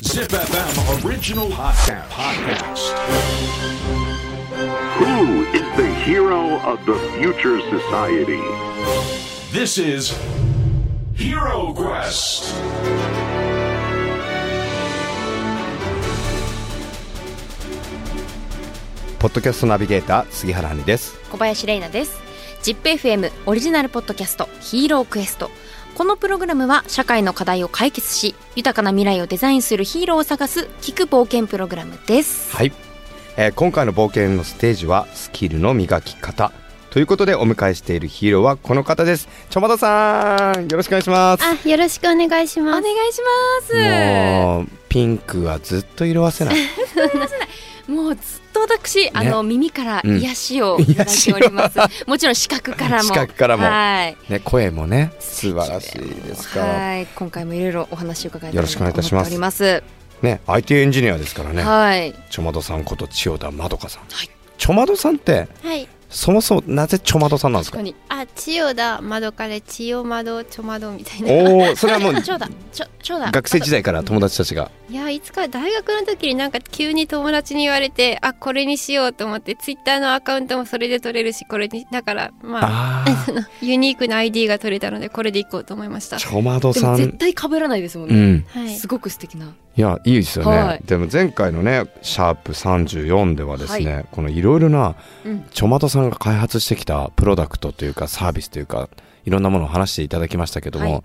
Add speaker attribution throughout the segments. Speaker 1: ZipFM Original Podcast. Podcast.
Speaker 2: Who is the hero of the future society?
Speaker 1: This is Hero Quest.
Speaker 3: ポッドキャストナビゲーター杉原兄です。
Speaker 4: 小林玲奈です ZIPFM オリジナルポッドキャストヒーロークエストこのプログラムは社会の課題を解決し豊かな未来をデザインするヒーローを探す聞く冒険プログラムです
Speaker 3: はい、えー今回の冒険のステージはスキルの磨き方ということでお迎えしているヒーローはこの方です。ちょまださん、よろしくお願いします。
Speaker 5: あ、よろしくお願いし
Speaker 4: お
Speaker 5: ます。
Speaker 4: 願いしま
Speaker 3: もうピンクはずっと色褪せ ない。
Speaker 4: すもうずっと私、あの耳から癒しをいただいております、 もちろん視覚からも
Speaker 3: 視覚からも
Speaker 4: はい
Speaker 3: ね、声もね、素晴らしいですから。
Speaker 4: はい今回もいろいろお話を伺いたい
Speaker 3: よ
Speaker 4: な
Speaker 3: ろし
Speaker 4: と
Speaker 3: くお願
Speaker 4: 思
Speaker 3: いい
Speaker 4: ったて
Speaker 3: します
Speaker 4: おります
Speaker 3: ね、IT エンジニアですからね。
Speaker 4: はい
Speaker 3: ちょまどさんこと千代田まどかさん。
Speaker 4: はい
Speaker 3: ちょまどさんって
Speaker 5: はい。
Speaker 3: そもそもなぜちょまどさんなんです
Speaker 4: 確
Speaker 3: か
Speaker 4: か。に
Speaker 5: あ、千代田窓から千代窓ちょ窓みたいな。
Speaker 3: おお、それはもう
Speaker 4: ちょうだちょちょうだ
Speaker 3: 学生時代から友達たちが。
Speaker 5: いや、いつか大学の時になんか急に友達に言われて、あ、これにしようと思って、ツイッターのアカウントもそれで取れるし、これに、だから、まあ、
Speaker 3: ああ、
Speaker 5: ユニークな ID が取れたので、これでいこうと思いました。
Speaker 3: ちょまど
Speaker 4: で
Speaker 3: さ
Speaker 4: も絶
Speaker 3: ん。
Speaker 4: 対被らないですもん
Speaker 3: う
Speaker 4: ね、
Speaker 3: ん。
Speaker 5: はい。
Speaker 4: すごく素敵ない
Speaker 3: やいいですよね、
Speaker 4: はい
Speaker 3: でも前回のね「シャープ #34」ではですね、
Speaker 4: は
Speaker 3: このいろいろな
Speaker 4: うん
Speaker 3: ちょまとさんが開発してきたプロダクトというかサービスというかいろんなものを話していただきましたけども、
Speaker 4: はい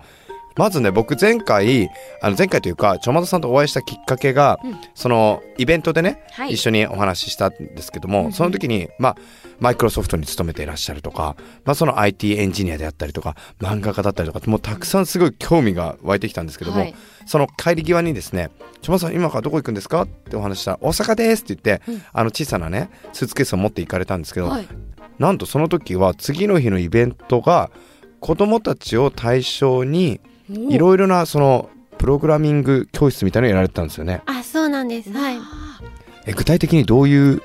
Speaker 3: まずね僕前回あの前回というかちょまとさんとお会いしたきっかけが、
Speaker 4: うん
Speaker 3: そのイベントでね、
Speaker 4: はい
Speaker 3: 一緒にお話ししたんですけども、その時にまあマイクロソフトに勤めていらっしゃるとか、まあ、その IT エンジニアであったりとか漫画家だったりとかもうたくさんすごい興味が湧いてきたんですけども、
Speaker 4: はい
Speaker 3: その帰り際にですね「ちょまさん今からどこ行くんですか?」ってお話したら「大阪です」って言って、あの小さなねスーツケースを持って行かれたんですけど、
Speaker 4: はい
Speaker 3: なんとその時は次の日のイベントが子どもたちを対象にいろいろなそのプログラミング教室みたいなのやられてたんですよね。
Speaker 5: あ、そうなんです。はい。は
Speaker 3: え具体的にどういう
Speaker 5: い。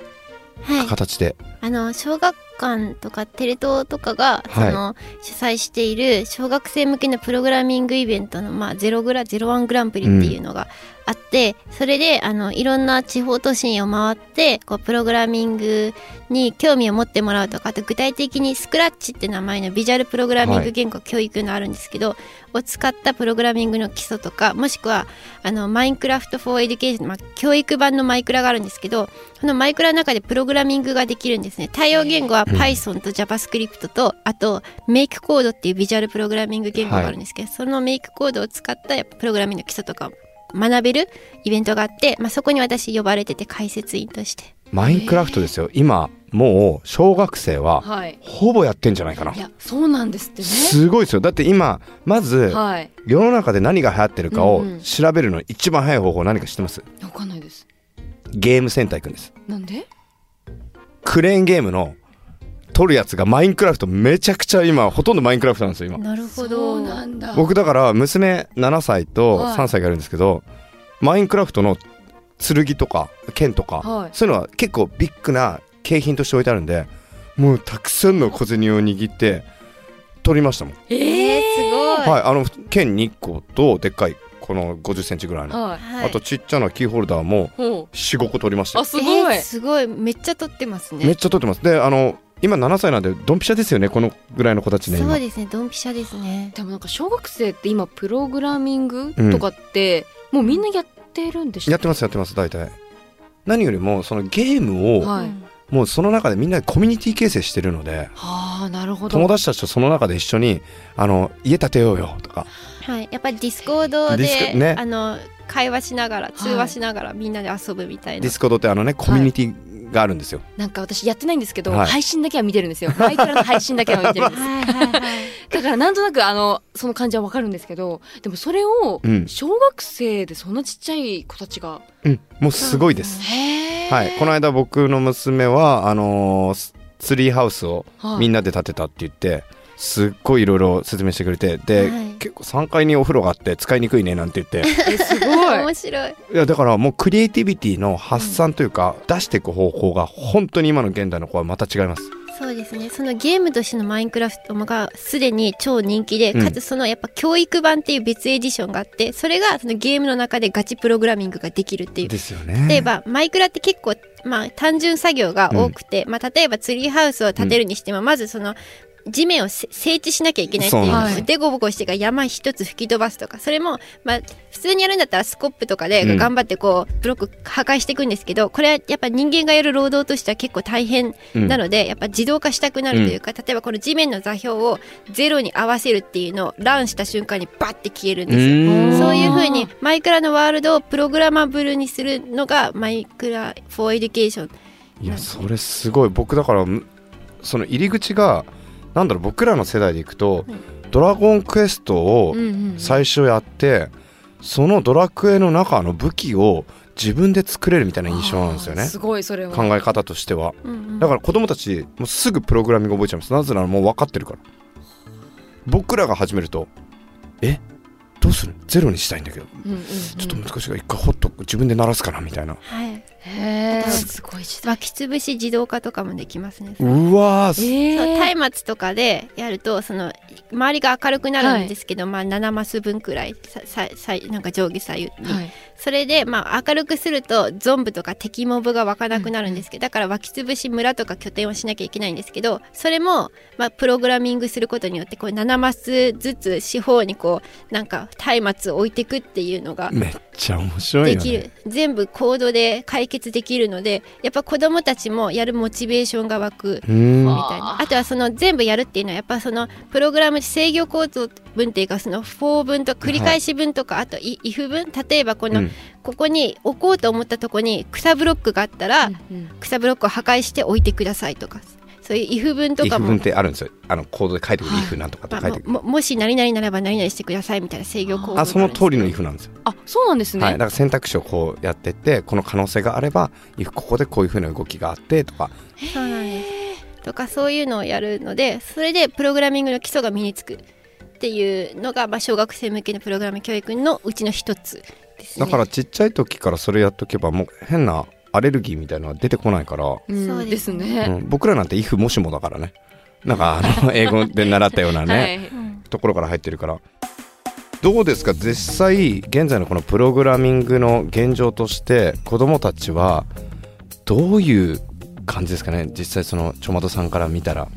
Speaker 3: 形で、
Speaker 5: あの小学館とかテレ東とかが、
Speaker 3: はい
Speaker 5: その主催している小学生向けのプログラミングイベントの、まあ、ゼログラゼロワングランプリっていうのがあって、それであのいろんな地方都心を回ってこうプログラミングに興味を持ってもらうとかあと具体的にスクラッチって名前のビジュアルプログラミン
Speaker 3: はい
Speaker 5: グ言語教育のあるんですけど、を使ったプログラミングの基礎とかもしくはあのマインクラフト・フォー・エデュケーション、まあ、教育版のマイクラがあるんですけどこのマイクラの中でプログラミングができるんですね対応言語は Python と JavaScript とあと MakeCode っていうビジュアルプログラミング言語があるんですけど、その MakeCode を使ったやっぱプログラミングの基礎とかを学べるイベントがあって、まあ、そこに私呼ばれてて解説員として
Speaker 3: マインクラフトですよ今もう小学生は
Speaker 4: はい。
Speaker 3: ほぼやってんじゃないかない
Speaker 4: やそうなんですってね
Speaker 3: すごいですよだって今まず
Speaker 4: はい
Speaker 3: 世の中で何が流行ってるかを
Speaker 4: うんうん
Speaker 3: 調べるのに一番早い方法何か知ってます
Speaker 4: わかんないです
Speaker 3: ゲームセンター行くんです
Speaker 4: なんで
Speaker 3: クレーンゲームの取るやつがマインクラフトめちゃくちゃ今ほとんどマインクラフトなんですよ今
Speaker 5: なるほ
Speaker 4: そ
Speaker 5: ど
Speaker 4: うなんだ
Speaker 3: 僕だから娘7歳と
Speaker 4: はい
Speaker 3: 3歳がいるんですけど、マインクラフトの剣とか剣とか、
Speaker 4: はい
Speaker 3: そういうのは結構ビッグな景品として置いてあるんでもうたくさんの小銭を握って取りましたもん、
Speaker 4: え
Speaker 5: えー、すごい、
Speaker 3: はいあの剣2個とでっかいこの5 0ンチぐらいの、
Speaker 4: はい
Speaker 5: はい
Speaker 3: あとちっちゃなキーホルダーも
Speaker 4: ほ
Speaker 3: 45個取りました
Speaker 4: うあ
Speaker 3: よ
Speaker 4: すごい、
Speaker 5: えーすごいめっちゃ撮ってますね
Speaker 3: めっちゃ取ってますであの今7歳なんでドンピシャですよねこのぐらいの子たちね
Speaker 5: そ
Speaker 3: 今
Speaker 5: うですねドンピシャですね
Speaker 4: でもなんか小学生って今プログラミングとかって、もうみんなやってるんでしょ
Speaker 3: やってますやってます大体何よりもそのゲームを
Speaker 4: はい、
Speaker 5: うん
Speaker 3: もうその中でみんなでコミュニティ形成してるので
Speaker 4: はあなるほど
Speaker 3: 友達たちとその中で一緒にあの家建てようよとか
Speaker 5: はい、やっぱりディスコード
Speaker 3: デ
Speaker 5: で
Speaker 3: ィスコね
Speaker 5: あの会話しながら通話しながらみんなで遊ぶみたい
Speaker 3: デ
Speaker 5: な、
Speaker 3: ィスコードってあのねコミュニティがあるんですよ、
Speaker 4: なんか私やってないんですけど、
Speaker 3: はい
Speaker 4: 配信だけは見てる んですよマイクラの配信だけは見てるんです
Speaker 5: はいはいはい
Speaker 4: だからなんとなくあのその感じはわかるんですけどでもそれを
Speaker 3: うん
Speaker 4: 小学生でそんなちっちゃい子たちが、
Speaker 3: うん、もうすごいです、
Speaker 4: へえ
Speaker 3: はい、この間僕の娘はあのースツリーハウスをみんなで建てたって言ってすっごいいろいろ説明してくれてで、
Speaker 5: はい
Speaker 3: 結構3階にお風呂があって使いにくいねなんて言って
Speaker 4: えすごい
Speaker 5: 面白い
Speaker 3: いやだからもうクリエイティビティの発散というか、出していく方向が本当に今の現代の子はまた違います
Speaker 5: そうですねそのゲームとしてのマインクラフトがすでに超人気で、
Speaker 3: うん
Speaker 5: かつそのやっぱ教育版っていう別エディションがあってそれがそのゲームの中でガチプログラミングができるっていう
Speaker 3: ですよね
Speaker 5: 例えばマイクラって結構、まあ、単純作業が多くて、まあ、例えばツリーハウスを建てるにしても、まずその地面をせ整地しなきゃいけないって
Speaker 3: そう
Speaker 4: なんです
Speaker 5: い
Speaker 4: よ
Speaker 5: うでこぼこしてが山一つ吹き飛ばすとかそれも、まあ、普通にやるんだったらスコップと
Speaker 3: う
Speaker 5: か
Speaker 3: ん
Speaker 5: で頑張ってこうブロック破壊していくんですけどこれはやっぱ人間がやる労働としては結構大変なので、やっぱ自動化したくなるというか、例えばこの地面の座標をゼロに合わせるっていうのをランした瞬間にバッて消えるん
Speaker 3: う
Speaker 5: ですよ。
Speaker 3: ーん
Speaker 5: そういう風にマイクラのワールドをプログラマブルにするのがマイクラフォーエデュケーション。
Speaker 3: いやそれすごい僕だからむその入り口がなんだろう僕らの世代でいくと
Speaker 5: うん
Speaker 3: 「ドラゴンクエスト」を最初やってそのドラクエの中の武器を自分で作れるみたいな印象なんですよ
Speaker 4: あー
Speaker 3: ね
Speaker 4: すごいそれは
Speaker 3: 考え方としては
Speaker 5: うんうん
Speaker 3: だから子供たちもうすぐプログラミング覚えちゃいますなぜならもう分かってるから僕らが始めると「えどうするゼロにしたいんだけど
Speaker 4: うんうんうん
Speaker 3: ちょっと難しいから一回ホット自分で鳴らすかな」みたいな
Speaker 5: はい、
Speaker 4: へえすごい時代
Speaker 5: 巻き潰し自動化とかもできますね。
Speaker 3: うわーす
Speaker 5: そう
Speaker 4: ええ
Speaker 5: 松明とかでやるとその周りが明るくなるんですけど、まあ7マス分くらいさささなんか上下左右に、
Speaker 4: はい
Speaker 5: それでまあ明るくするとゾンブとか敵モブが湧かなくなるんですけどだから湧き潰し村とか拠点をしなきゃいけないんですけどそれもまあプログラミングすることによってこう7マスずつ四方にこうなんか松明を置いていくっていうのが
Speaker 3: めっちゃ面白い
Speaker 5: で
Speaker 3: よ
Speaker 5: き
Speaker 3: ね
Speaker 5: る、全部コードで解決できるのでやっぱ子どもたちもやるモチベーションが湧く
Speaker 3: うーん
Speaker 5: みたいなあとはその全部やるっていうのはやっぱそのプログラム制御構造文っていうかその for 文と繰り返し文とか、あと i- if 文例えばこの、
Speaker 3: うん
Speaker 5: ここに置こうと思ったとこに草ブロックがあったら、草ブロックを破壊して置いてくださいとかそういう if 文と
Speaker 3: イ
Speaker 5: か
Speaker 3: フ
Speaker 5: も
Speaker 3: 文ってあるんですよ。あのコードで書いてくる、イフなんとかって
Speaker 5: まあ
Speaker 3: 書いてくる。
Speaker 5: ももし何々ならば何々してくださいみたいな制御構造
Speaker 3: あ、その通りのイ
Speaker 5: イフ
Speaker 3: フなんですよ。
Speaker 4: あそうなんですね
Speaker 3: はい、だから選択肢をこうやってって、この可能性があれば、イフここでこういうふうな動きがあってとか。
Speaker 5: そうなんですとかそういうのをやるのでそれでプログラミングの基礎が身につくっていうのが、まあ、小学生向けのプログラミング教育のうちの一つですね
Speaker 3: だからちっちゃい時からそれやっとけば、もう変なアレルギーみたいなのは出てこないから。
Speaker 4: うん
Speaker 5: そう
Speaker 4: で
Speaker 5: ですす
Speaker 4: ね
Speaker 3: うん、僕らなんてイフもしもだからね。なんかあの英語で習ったようなね、
Speaker 4: はい
Speaker 3: ところから入ってるから。どうですか実際現在のこのプログラミングの現状として子どもたちはどういう感じですかね実際そのちょまどさんから見たら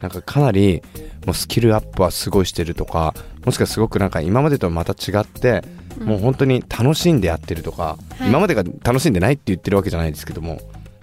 Speaker 3: なんかかなりもうスキルアップはすごいしてるとかもしくはすごくなんか今までとはまた違って、もう本当に楽しんでやってるとか、
Speaker 5: はい
Speaker 3: 今までが楽しんでないって言ってるわけじゃないですけども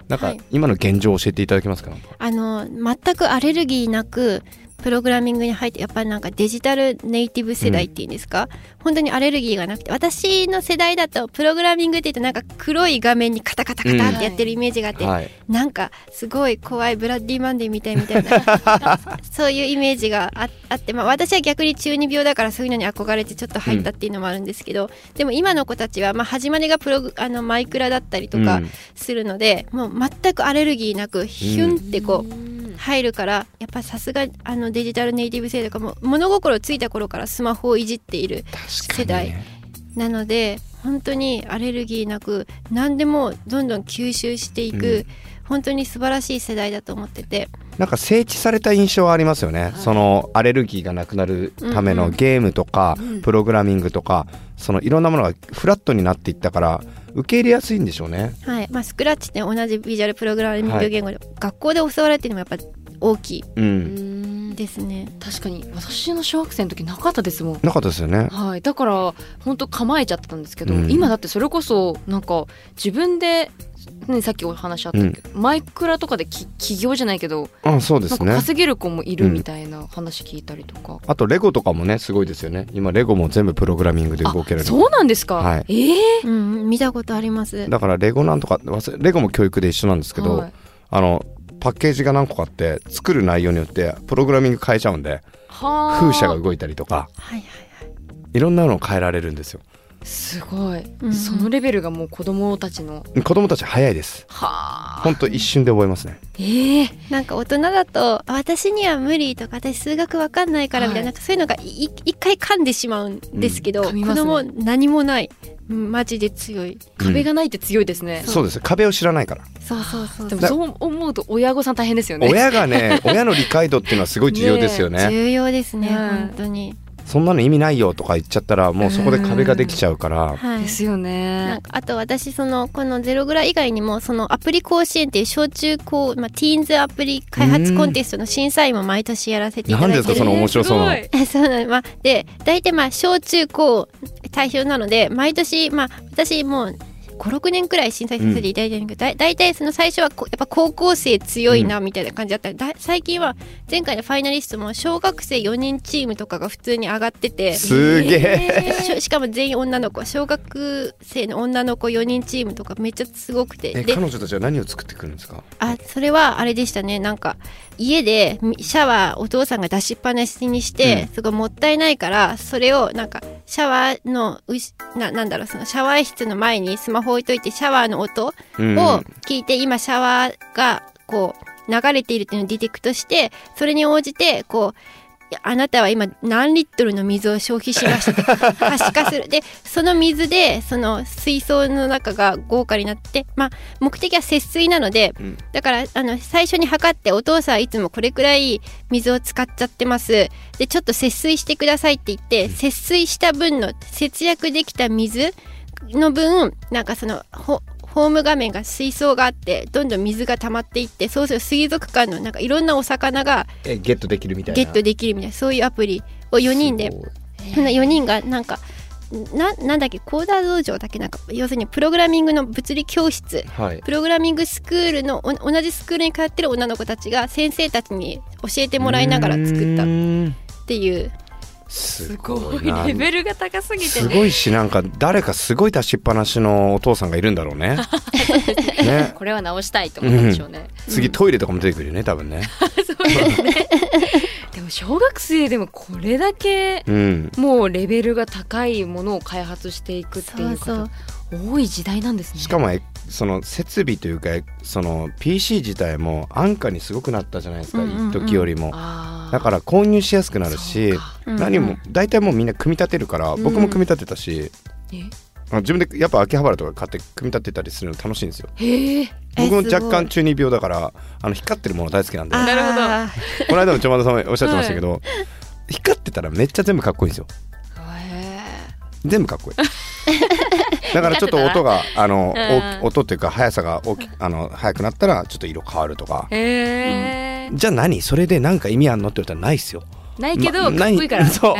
Speaker 3: なん
Speaker 5: は
Speaker 3: か
Speaker 5: い
Speaker 3: 今の現状を教えていただけますか、なんか
Speaker 5: あの全くアレルギーなくプログラミングに入ってやっぱりなんかデジタルネイティブ世代っていうんですか、本当にアレルギーがなくて私の世代だとプログラミングって言うとなんか黒い画面にカタカタカタってやってるイメージがあって、
Speaker 3: はい、
Speaker 5: なんかすごい怖いブラッディマンデーみたいみたい なそういうイメージがああって、まあ、私は逆に中二病だからそういうのに憧れてちょっと入ったっていうのもあるんですけど、でも今の子たちは、まあ、始まりがプログあのマイクラだったりとか
Speaker 3: うん
Speaker 5: するので、もう全くアレルギーなくヒュンってこう。入るからやっぱさすがあのデジタルネイティブ世代とかも物心ついた頃からスマホをいじっている世
Speaker 3: 確かに
Speaker 5: 代
Speaker 3: ね
Speaker 5: なので本当にアレルギーなく何でもどんどん吸収していく、
Speaker 3: うん
Speaker 5: 本当に素晴らしい世代だと思ってて
Speaker 3: なんか整地された印象はありますよね、そのアレルギーがなくなるため
Speaker 5: うん
Speaker 3: の
Speaker 5: うん
Speaker 3: ゲームとか、
Speaker 4: うん
Speaker 3: プログラミングとかそのいろんなものがフラットになっていったから受け入れやすいんでしょうね。
Speaker 5: はいまあ、スクラッチって同じビジュアルプログラミン
Speaker 3: は
Speaker 5: グ
Speaker 3: い、
Speaker 5: 言語で、学校で教わるっていうのもやっぱ大きいう
Speaker 4: うんん
Speaker 5: ですね。
Speaker 4: 確かに私の小学生の時なかったですもん
Speaker 3: なかったですよね。
Speaker 4: はい、だから本当構えちゃってたんですけど、
Speaker 3: うん
Speaker 4: 今だってそれこそなんか自分で、ね、さっきお話あったけど、マイクラとかでき起業じゃないけど、
Speaker 3: あそうで
Speaker 4: なん
Speaker 3: す
Speaker 4: か
Speaker 3: ね。
Speaker 4: 稼げる子もいるみたいな話聞いたりとか、
Speaker 3: あとレゴとかもねすごいですよね。今レゴも全部プログラミングで動ける
Speaker 4: あそうなんですか、
Speaker 3: はい
Speaker 4: ええ
Speaker 5: うんうん、見たことあります。
Speaker 3: だからレゴなんとか忘れレゴも教育で一緒なんですけど、
Speaker 4: はい
Speaker 3: あのパッケージが何個かあって作る内容によってプログラミング変えちゃうんで
Speaker 4: はあ
Speaker 3: 風車が動いたりとか
Speaker 5: はいはい
Speaker 3: いろんなのを変えられるんですよ。
Speaker 4: すごい、
Speaker 5: うん
Speaker 4: そのレベルがもう子供たちの
Speaker 3: 子供たち早いです。
Speaker 4: はあ
Speaker 3: ほんと一瞬で覚えますね。
Speaker 4: ええ
Speaker 5: なんか大人だとあ私には無理とか私数学わかんないからみたいな,、
Speaker 4: はい
Speaker 5: なんかそういうのがいい一回噛んでしまうんですけど、
Speaker 4: うん噛みま
Speaker 5: 子
Speaker 4: すね
Speaker 5: 供何もないマジで強い
Speaker 4: 壁がないって強いですね、
Speaker 3: そうです壁を知らないから
Speaker 5: そうそうそう
Speaker 4: で
Speaker 5: そう
Speaker 4: もそう思うと親御さん大変ですよね
Speaker 3: 親が ね親の理解度っていうのはすごい重要ですよね
Speaker 5: 重要ですね、
Speaker 4: うん
Speaker 5: 本当に
Speaker 3: そんなの意味ないよとか言っちゃったらもうそこで壁ができちゃうから
Speaker 5: はい
Speaker 4: ですよ
Speaker 5: な
Speaker 4: ね
Speaker 5: んかあと私そのこの「ゼログラ」以外にもそのアプリ甲子園っていう小中高、まあ、ティーンズアプリ開発コンテストの審査員も毎年やらせていただい
Speaker 3: 何
Speaker 5: て
Speaker 3: ですかその面白そうな
Speaker 4: えーす
Speaker 5: そうなんまあ、で大体まあ小中高対象なので毎年まあ私もう56年くらい審査させていただいてるんだけど、だ大体その最初はこやっぱ高校生強いなみたいな感じだった、だ最近は前回のファイナリストも小学生4人チームとかが普通に上がってて。
Speaker 3: すげえ
Speaker 5: でしょしかも全員女の子小学生の女の子4人チームとかめっちゃすごくて
Speaker 3: え
Speaker 5: で
Speaker 3: 彼女たちは何を作ってくるんですか
Speaker 5: あそれはあれでしたねなんか家でみシャワーお父さんが出しっぱなしにして、すごいもったいないからそれをなんかシャワーのうしななんだろうそのシャワー室の前にスマホ置いといてシャワーの音を
Speaker 3: うん
Speaker 5: 聞いて、今シャワーがこう流れているっていうのをディテクトしてそれに応じてこういやあなたは今何リットルの水を消費しました可視化するで その水でその水槽の中が豪華になって、まあ、目的は節水なので、
Speaker 3: うん
Speaker 5: だからあの最初に測ってお父さんはいつもこれくらい水を使っちゃってますでちょっと節水してくださいって言って節水した分の節約できた水の分なんかそのほホーム画面が水槽があってどんどん水が溜まっていってそうすると水族館のなんかいろんなお魚が
Speaker 3: えゲットできるみたいな
Speaker 5: ゲットできるみたいなそういうアプリを4人です
Speaker 3: ごい
Speaker 5: その4人がなんかななんだっけコーダー道場だっけなんか要するにプログラミングの物理教室
Speaker 3: はい
Speaker 5: プログラミングスクールのお同じスクールに通ってる女の子たちが先生たちに教えてもらいながら作った
Speaker 3: う
Speaker 5: っ
Speaker 3: ーん
Speaker 5: ていう
Speaker 3: す
Speaker 4: ご
Speaker 3: ご
Speaker 4: い
Speaker 3: いな
Speaker 4: レベルが高すぎて
Speaker 3: すごいしなんか誰かすごい出しっぱなしのお父さんがいるんだろう ねね
Speaker 4: これは直したいと思ったんでしょうね、
Speaker 3: 次トイレとかも出てくるよね多分ね
Speaker 4: そうですね でも小学生でもこれだけ
Speaker 3: うん
Speaker 4: もうレベルが高いものを開発していくっていう
Speaker 5: そう
Speaker 4: 方多い時代なんですね
Speaker 3: しか
Speaker 4: も
Speaker 3: もえその設備というかその PC 自体も安価にすごくなったじゃないですか
Speaker 5: うんうんうん
Speaker 3: 一時よりも
Speaker 4: あー
Speaker 3: だから購入しやすくなるし
Speaker 4: そうか
Speaker 5: うん
Speaker 3: 何も大体もうみんな組み立てるから
Speaker 4: ん
Speaker 3: 僕も組み立てたし
Speaker 4: え
Speaker 3: あ自分でやっぱ秋葉原とか買って組み立てたりするの楽しいんですよ
Speaker 4: へえ
Speaker 5: え
Speaker 3: 僕も
Speaker 5: すごい
Speaker 3: 若干中二病だからあの光ってるもの大好きなんで
Speaker 5: あー
Speaker 4: なるほど
Speaker 3: この間もちょまださんもおっしゃってましたけど光ってたらめっちゃ全部かっこいいんですよ全部かっこいい だからちょっと音があの、
Speaker 4: うん
Speaker 3: お音っていうか速さが大きあの速くなったらちょっと色変わるとか
Speaker 4: へえ
Speaker 3: じゃあ何それで何か意味あんのって言ったらないっすよ
Speaker 4: ないけど
Speaker 3: ま
Speaker 4: かっこいいか
Speaker 3: な
Speaker 4: ら
Speaker 3: そう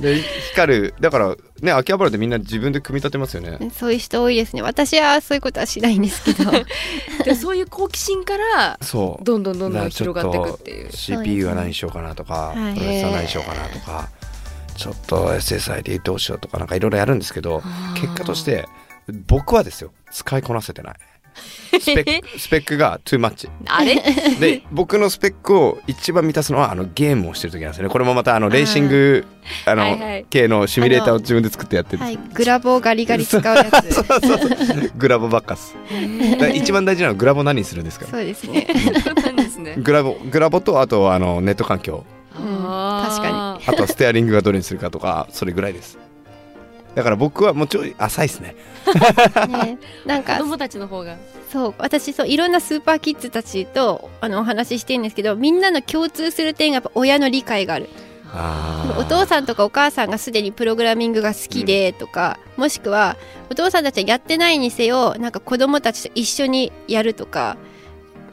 Speaker 3: で光るだからね秋葉原でみんな自分で組み立てますよね
Speaker 5: そういう人多いですね私はそういうことはしないんですけど
Speaker 4: でそういう好奇心から
Speaker 3: そう
Speaker 4: どんどんどん
Speaker 3: だか
Speaker 4: どん
Speaker 3: らちょ
Speaker 4: 広がっていくっていう
Speaker 3: と CPU は何にしようかなとか
Speaker 5: そうですねはい
Speaker 3: プロセッサー何にしようかなとかちょっと SSID どうしようとかなんかいろいろやるんですけど結果として僕はですよ使いこなせてないスペッ クスペックがトゥーマッチ
Speaker 4: あれ
Speaker 3: で僕のスペックを一番満たすのはあのゲームをしてる時なんですよねこれもまたあのレーシングあの、
Speaker 4: はいはい
Speaker 3: 系のシミュレーターを自分で作ってやってるん
Speaker 5: は
Speaker 3: で
Speaker 5: い
Speaker 3: す、
Speaker 5: グラボをガリガリ使うやつ
Speaker 3: そうそうそうグラボばっかっすだから一番大事なのはグラボ何にするんですか
Speaker 5: そうですね
Speaker 4: そうなんですね
Speaker 3: グラボグラボとあとあのネット環境
Speaker 5: 確か
Speaker 4: に
Speaker 3: あとはステアリングがどれにするかとかそれぐらいですだから僕はもうちょい浅いですね
Speaker 5: ねなん
Speaker 4: 子
Speaker 5: か
Speaker 4: 供たちの方が
Speaker 5: そう私そういろんなスーパーキッズたちとあのお話ししてるんですけどみんなの共通する点がやっぱ親の理解があるお
Speaker 3: あ
Speaker 5: 父さんとかお母さんがすでにプログラミングが好きでとか、もしくはお父さんたちはやってないにせよなんか子供たちと一緒にやるとか、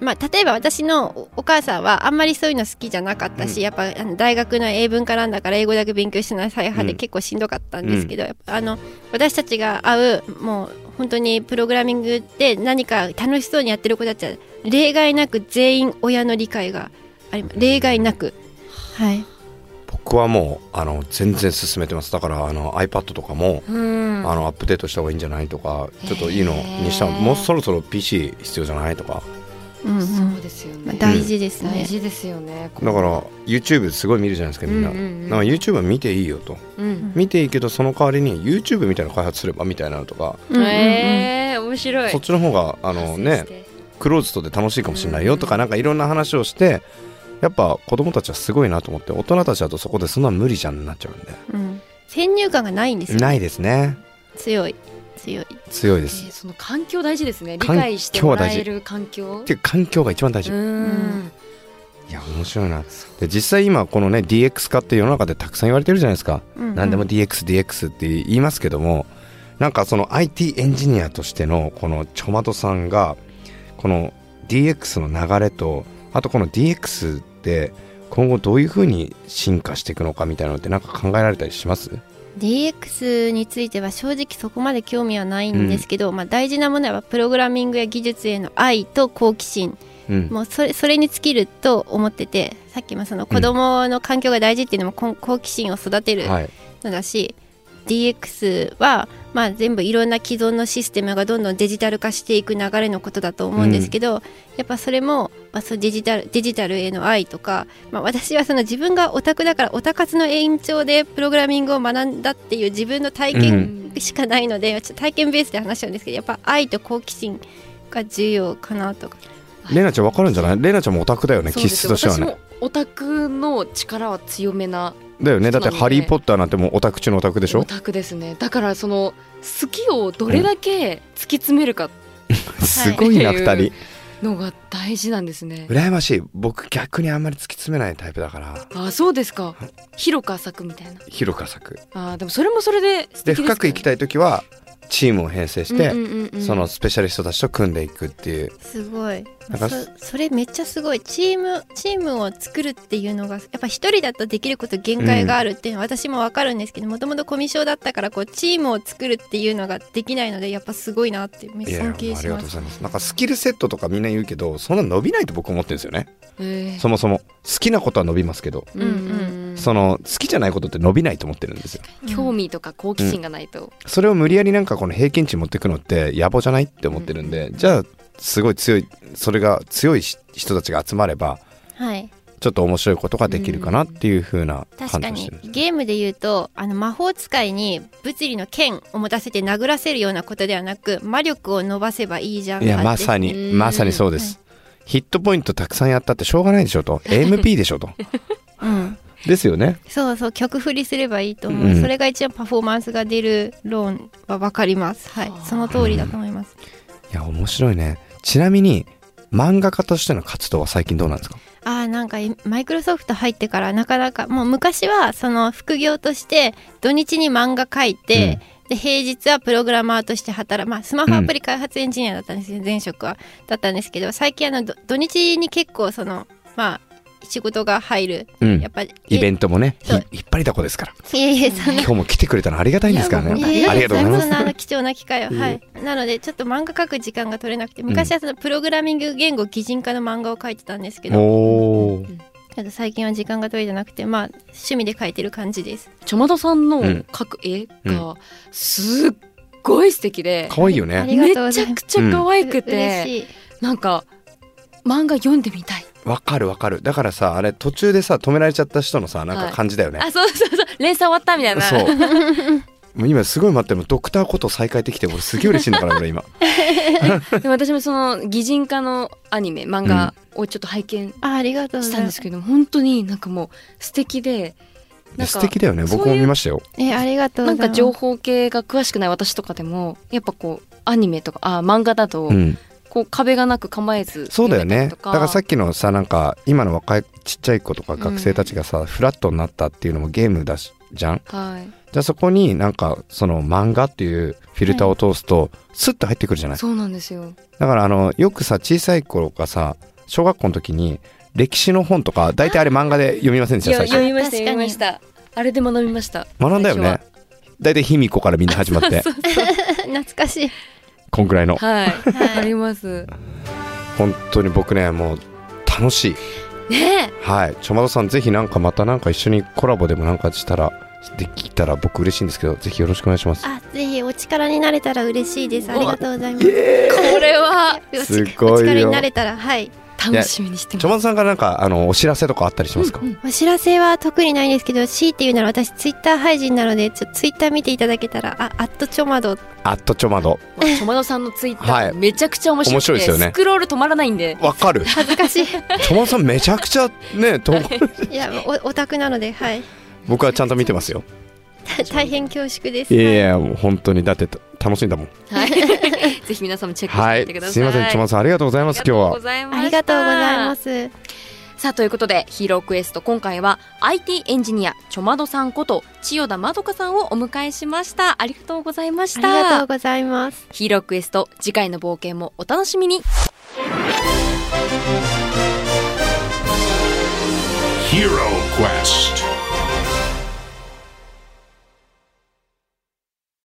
Speaker 5: まあ、例えば私のおお母さんはあんまりそういうの好きじゃなかったし、やっぱあの大学の英文科なんだから英語だけ勉強しなさい派で
Speaker 3: うん
Speaker 5: 結構しんどかったんですけど、やっぱあの私たちが会うもう本当にプログラミングで何か楽しそうにやってる子たちは例外なく全員親の理解があります例外なく。はい
Speaker 3: 僕はもうあの全然進めてますだからあの iPad とかも、
Speaker 4: うん
Speaker 3: あのアップデートした方がいいんじゃないとかちょっといいのにした
Speaker 4: へー
Speaker 3: もうそろそろ PC 必要じゃないとか
Speaker 5: うんうん
Speaker 4: そうですよ
Speaker 5: まあ
Speaker 4: ね
Speaker 5: 大事です
Speaker 4: 大
Speaker 5: ね。
Speaker 4: 事ですよね
Speaker 3: だから YouTube すごい見るじゃないですかみんな、
Speaker 4: うんうんう
Speaker 3: だ
Speaker 4: ん
Speaker 3: から YouTube は見ていいよと
Speaker 4: うん
Speaker 3: 見ていいけどその代わりに YouTube みたいなの開発すればみたいなのとか、
Speaker 5: うんうんうん
Speaker 4: えー面白い
Speaker 3: そっちの方があのねクローズドで楽しいかもしれないよとかなんかいろんな話をしてやっぱ子供たちはすごいなと思って大人たちだとそこでそんな無理じゃんになっちゃうんで
Speaker 5: うん先入観がないんですよ、
Speaker 3: ないですね
Speaker 5: 強い強い
Speaker 3: 強いで
Speaker 4: え
Speaker 3: す
Speaker 4: ーその環境大事ですね理
Speaker 3: 環境は大
Speaker 4: 解
Speaker 3: 事
Speaker 4: してもらえる環境
Speaker 3: っていう環境が一番大事
Speaker 4: うーん
Speaker 3: いや面白いなで実際今このね DX 化って世の中でたくさん言われてるじゃないですか、
Speaker 5: うんうん
Speaker 3: 何でも DXDX って言いますけどもなんかその IT エンジニアとしてのこのちょまとさんがこの DX の流れとあとこの DX って今後どういうふうに進化していくのかみたいなのってなんか考えられたりします
Speaker 5: DX については正直そこまで興味はないんですけど、まあ、大事なものはプログラミングや技術への愛と好奇心
Speaker 3: うん
Speaker 5: もうそれそれに尽きると思っててさっきもその子供の環境が大事っていうのもこん好奇心を育てる
Speaker 3: はい
Speaker 5: のだし、DX はまあ全部いろんな既存のシステムがどんどんデジタル化していく流れのことだと思うんですけど、やっぱそれも、まあ、そうデジタルデジタルへの愛とか、まあ、私はその自分がオタクだからオタ活の延長でプログラミングを学んだっていう自分の体験しかないので、ちょっと体験ベースで話しちゃうんですけどやっぱ愛と好奇心が重要かなとか。
Speaker 3: レナちゃんわかるんじゃないレナちゃんもオタクだよね
Speaker 4: そう
Speaker 3: 気
Speaker 4: です
Speaker 3: 質
Speaker 4: よ
Speaker 3: としては
Speaker 4: 私
Speaker 3: ね
Speaker 4: もオタクの力は強めな
Speaker 3: だよねだって「
Speaker 4: そうなんで
Speaker 3: ハリー・ポッター」なんてもうオタク中のオタクでし
Speaker 4: オ
Speaker 3: ょ
Speaker 4: タクですねだからその好きをどれだけ突き詰めるか
Speaker 3: すごいな
Speaker 4: はい
Speaker 3: 2人
Speaker 4: のが大事なんですね、
Speaker 3: 羨ましい僕逆にあんまり突き詰めないタイプだから
Speaker 4: あそうですか広く浅くみたいな
Speaker 3: 広く浅く
Speaker 4: あでもそれもそれで素敵
Speaker 3: です
Speaker 4: けど
Speaker 3: 深く行きたい時はチームを編成して、
Speaker 4: うんうんうんうん
Speaker 3: そのスペシャリストたちと組んでいくっていう
Speaker 5: すごい
Speaker 3: なんか
Speaker 5: そそれめっちゃすごいチームチームを作るっていうのがやっぱ一人だとできること限界があるっていうのは私もわかるんですけどもともとコミュ障だったからこうチームを作るっていうのができないのでやっぱすごいなってめっ
Speaker 3: い
Speaker 5: ちゃ
Speaker 3: やも
Speaker 5: 尊
Speaker 3: うあり
Speaker 5: 敬
Speaker 3: が
Speaker 5: し
Speaker 3: とう
Speaker 5: ま
Speaker 3: ご
Speaker 5: す
Speaker 3: ざいますなんかスキルセットとかみんな言うけどそんな伸びないと僕思ってるんですよね
Speaker 4: えー
Speaker 3: そもそも好きなことは伸びますけど、
Speaker 4: うんうんうん
Speaker 3: その好きじゃないことって伸びないと思ってるんですよ
Speaker 4: 興味とか好奇心がないと、
Speaker 3: それを無理やりなんかこの平均値持ってくのって野暮じゃないって思ってるんで、じゃあすごい強いそれが強いし人たちが集まれば
Speaker 5: はい
Speaker 3: ちょっと面白いことができるかなっていう風な
Speaker 5: 確
Speaker 3: 判
Speaker 5: か
Speaker 3: 断をし
Speaker 5: に
Speaker 3: てるんです
Speaker 5: ゲームで言うとあの魔法使いに物理の剣を持たせて殴らせるようなことではなく魔力を伸ばせばいいじゃん
Speaker 3: いやまさ
Speaker 5: に
Speaker 3: に
Speaker 4: うん
Speaker 3: まさにそうです、ヒットポイントたくさんやったってしょうがないでしょと AMP でしょと
Speaker 5: うん
Speaker 3: ですよね
Speaker 5: そうそう曲振りすればいいと思う、
Speaker 3: うん
Speaker 5: それが一番パフォーマンスが出るローンは分かりますはいその通りだと思います、
Speaker 3: いや面白いねちなみに漫画家としての活動は最近どうなんですか
Speaker 5: ああなんかいマイクロソフト入ってからなかなかもう昔はその副業として土日に漫画描いて、で平日はプログラマーとして働く、まあ、スマホアプリ開発エンジニアだったんですよ、前職はだったんですけど最近あのど土日に結構そのまあ仕事が入る、
Speaker 3: うん
Speaker 5: やっぱイ
Speaker 3: イベントもねひ
Speaker 5: そう
Speaker 3: 引っ張りだこですから
Speaker 5: いえいえそんな
Speaker 3: 今日も来てくれたのありがたいんですから
Speaker 5: い
Speaker 3: ね
Speaker 5: や
Speaker 3: ありがとうございま
Speaker 5: そ
Speaker 3: す
Speaker 5: んなあの貴重な機会を、はい、なのでちょっと漫画描く時間が取れなくて昔はそのプログラミング言語擬人化の漫画を描いてたんですけど、
Speaker 3: おー
Speaker 5: なんか最近は時間が取れてなくてまあ趣味で描いてる感じです
Speaker 4: ちょまどさんの
Speaker 3: うん
Speaker 4: 描く絵がすっごい素敵で、
Speaker 3: 可愛いよ
Speaker 5: あ
Speaker 3: ね
Speaker 5: りがとうご
Speaker 4: めち
Speaker 5: ざい
Speaker 4: ゃ
Speaker 5: ます
Speaker 4: くちゃ可愛く
Speaker 5: 嬉
Speaker 4: て、
Speaker 5: しい
Speaker 4: なんか漫画読んでみたい、
Speaker 3: わかるわかるだからさあれ途中でさ止められちゃった人のさなん
Speaker 4: は
Speaker 3: か
Speaker 4: い
Speaker 3: 感じだよね、
Speaker 4: あそうそうそう連載終わったみたいな
Speaker 3: そうもう今すごい待ってるのドクターこと再会できて俺すげえ嬉しいんだから俺今
Speaker 4: でも私もその擬人化のアニメ漫画をちょっと拝見
Speaker 5: あありがとうご
Speaker 4: し
Speaker 5: ざ
Speaker 4: た
Speaker 5: い
Speaker 4: ん
Speaker 5: ま
Speaker 4: ですすけど、本当になんかもう素敵でなんか
Speaker 3: 素敵だよね僕
Speaker 4: そう
Speaker 3: も
Speaker 4: いう
Speaker 3: 見ましたよ
Speaker 5: えありがとうご
Speaker 4: な
Speaker 5: ざい
Speaker 4: ん
Speaker 5: ます
Speaker 4: か情 報系が詳しくない私とかでもやっぱこうアニメとかあ漫画だと、
Speaker 3: うん
Speaker 4: こう壁がなく構えず
Speaker 3: そうだよねだ
Speaker 4: 読めたりと
Speaker 3: からさっきのさなんか今の若いちっちゃい子とか学生たちがさ、フラットになったっていうのもゲームだしじゃん
Speaker 4: はい
Speaker 3: じゃあそこになんかその漫画っていうフィルターを通すとスッと入ってくるじゃない、
Speaker 4: そうなんですよ。。
Speaker 3: だからあのよくさ小さい頃がさ小学校の時に歴史の本とか大体あれ漫画で読みませんでした最初
Speaker 5: みました読みました
Speaker 4: あれで学びました。
Speaker 3: 学んだよね大体卑弥呼からみんな始ま って
Speaker 5: 懐かしい
Speaker 3: こんくらいの
Speaker 4: はい。
Speaker 5: はい
Speaker 4: あります。
Speaker 3: 本当に僕ねもう楽しい
Speaker 4: ね
Speaker 3: はいちょまどさんぜひなんかまたなんか一緒にコラボでもなんかしたらできたら僕嬉しいんですけどぜひよろしくお願いします
Speaker 5: あぜひお力になれたら嬉しいですありがとうございます
Speaker 4: え、これは
Speaker 5: お
Speaker 3: すごいよ
Speaker 5: お力になれたらはい
Speaker 4: 楽しみにしてま
Speaker 3: ちょ
Speaker 4: す。
Speaker 3: まどさんからなんかあのお知らせとかあったりしますか、
Speaker 5: お知らせは特にないんですけど C っていうなら私ツイッター配信なのでちょツイッター見ていただけたらあアットチョマド
Speaker 3: あっとちょまど
Speaker 4: まあちょまどさんのツイッタ
Speaker 3: は
Speaker 4: ー
Speaker 3: い
Speaker 4: めちゃくちゃ面白くて、
Speaker 3: 面白いですよね
Speaker 4: スクロール止まらないんで。
Speaker 3: わか る
Speaker 5: 恥ずかしい
Speaker 3: ちょまどさんめちゃくちゃねと
Speaker 5: いやおオタクなのではい
Speaker 3: 僕はちゃんと見てますよ
Speaker 5: 大変恐縮です
Speaker 3: いやいやもう本当にだって楽しんだもん
Speaker 4: はい、 ぜひ皆さんもチェックし
Speaker 3: は
Speaker 4: てみ
Speaker 3: い
Speaker 4: てくださ
Speaker 3: す
Speaker 4: い。。
Speaker 3: いませんちょまさんありがとうございます今日は
Speaker 5: ありがとうございますす
Speaker 4: さあということでヒーロークエスト今回は IT エンジニアちょまどさんこと千代田まどかさんをお迎えしました。ありがとうございまし
Speaker 5: あり
Speaker 4: た。
Speaker 5: がとうございます
Speaker 4: ヒーロークエスト次回の冒険もお楽しみに。
Speaker 1: Hero Quest.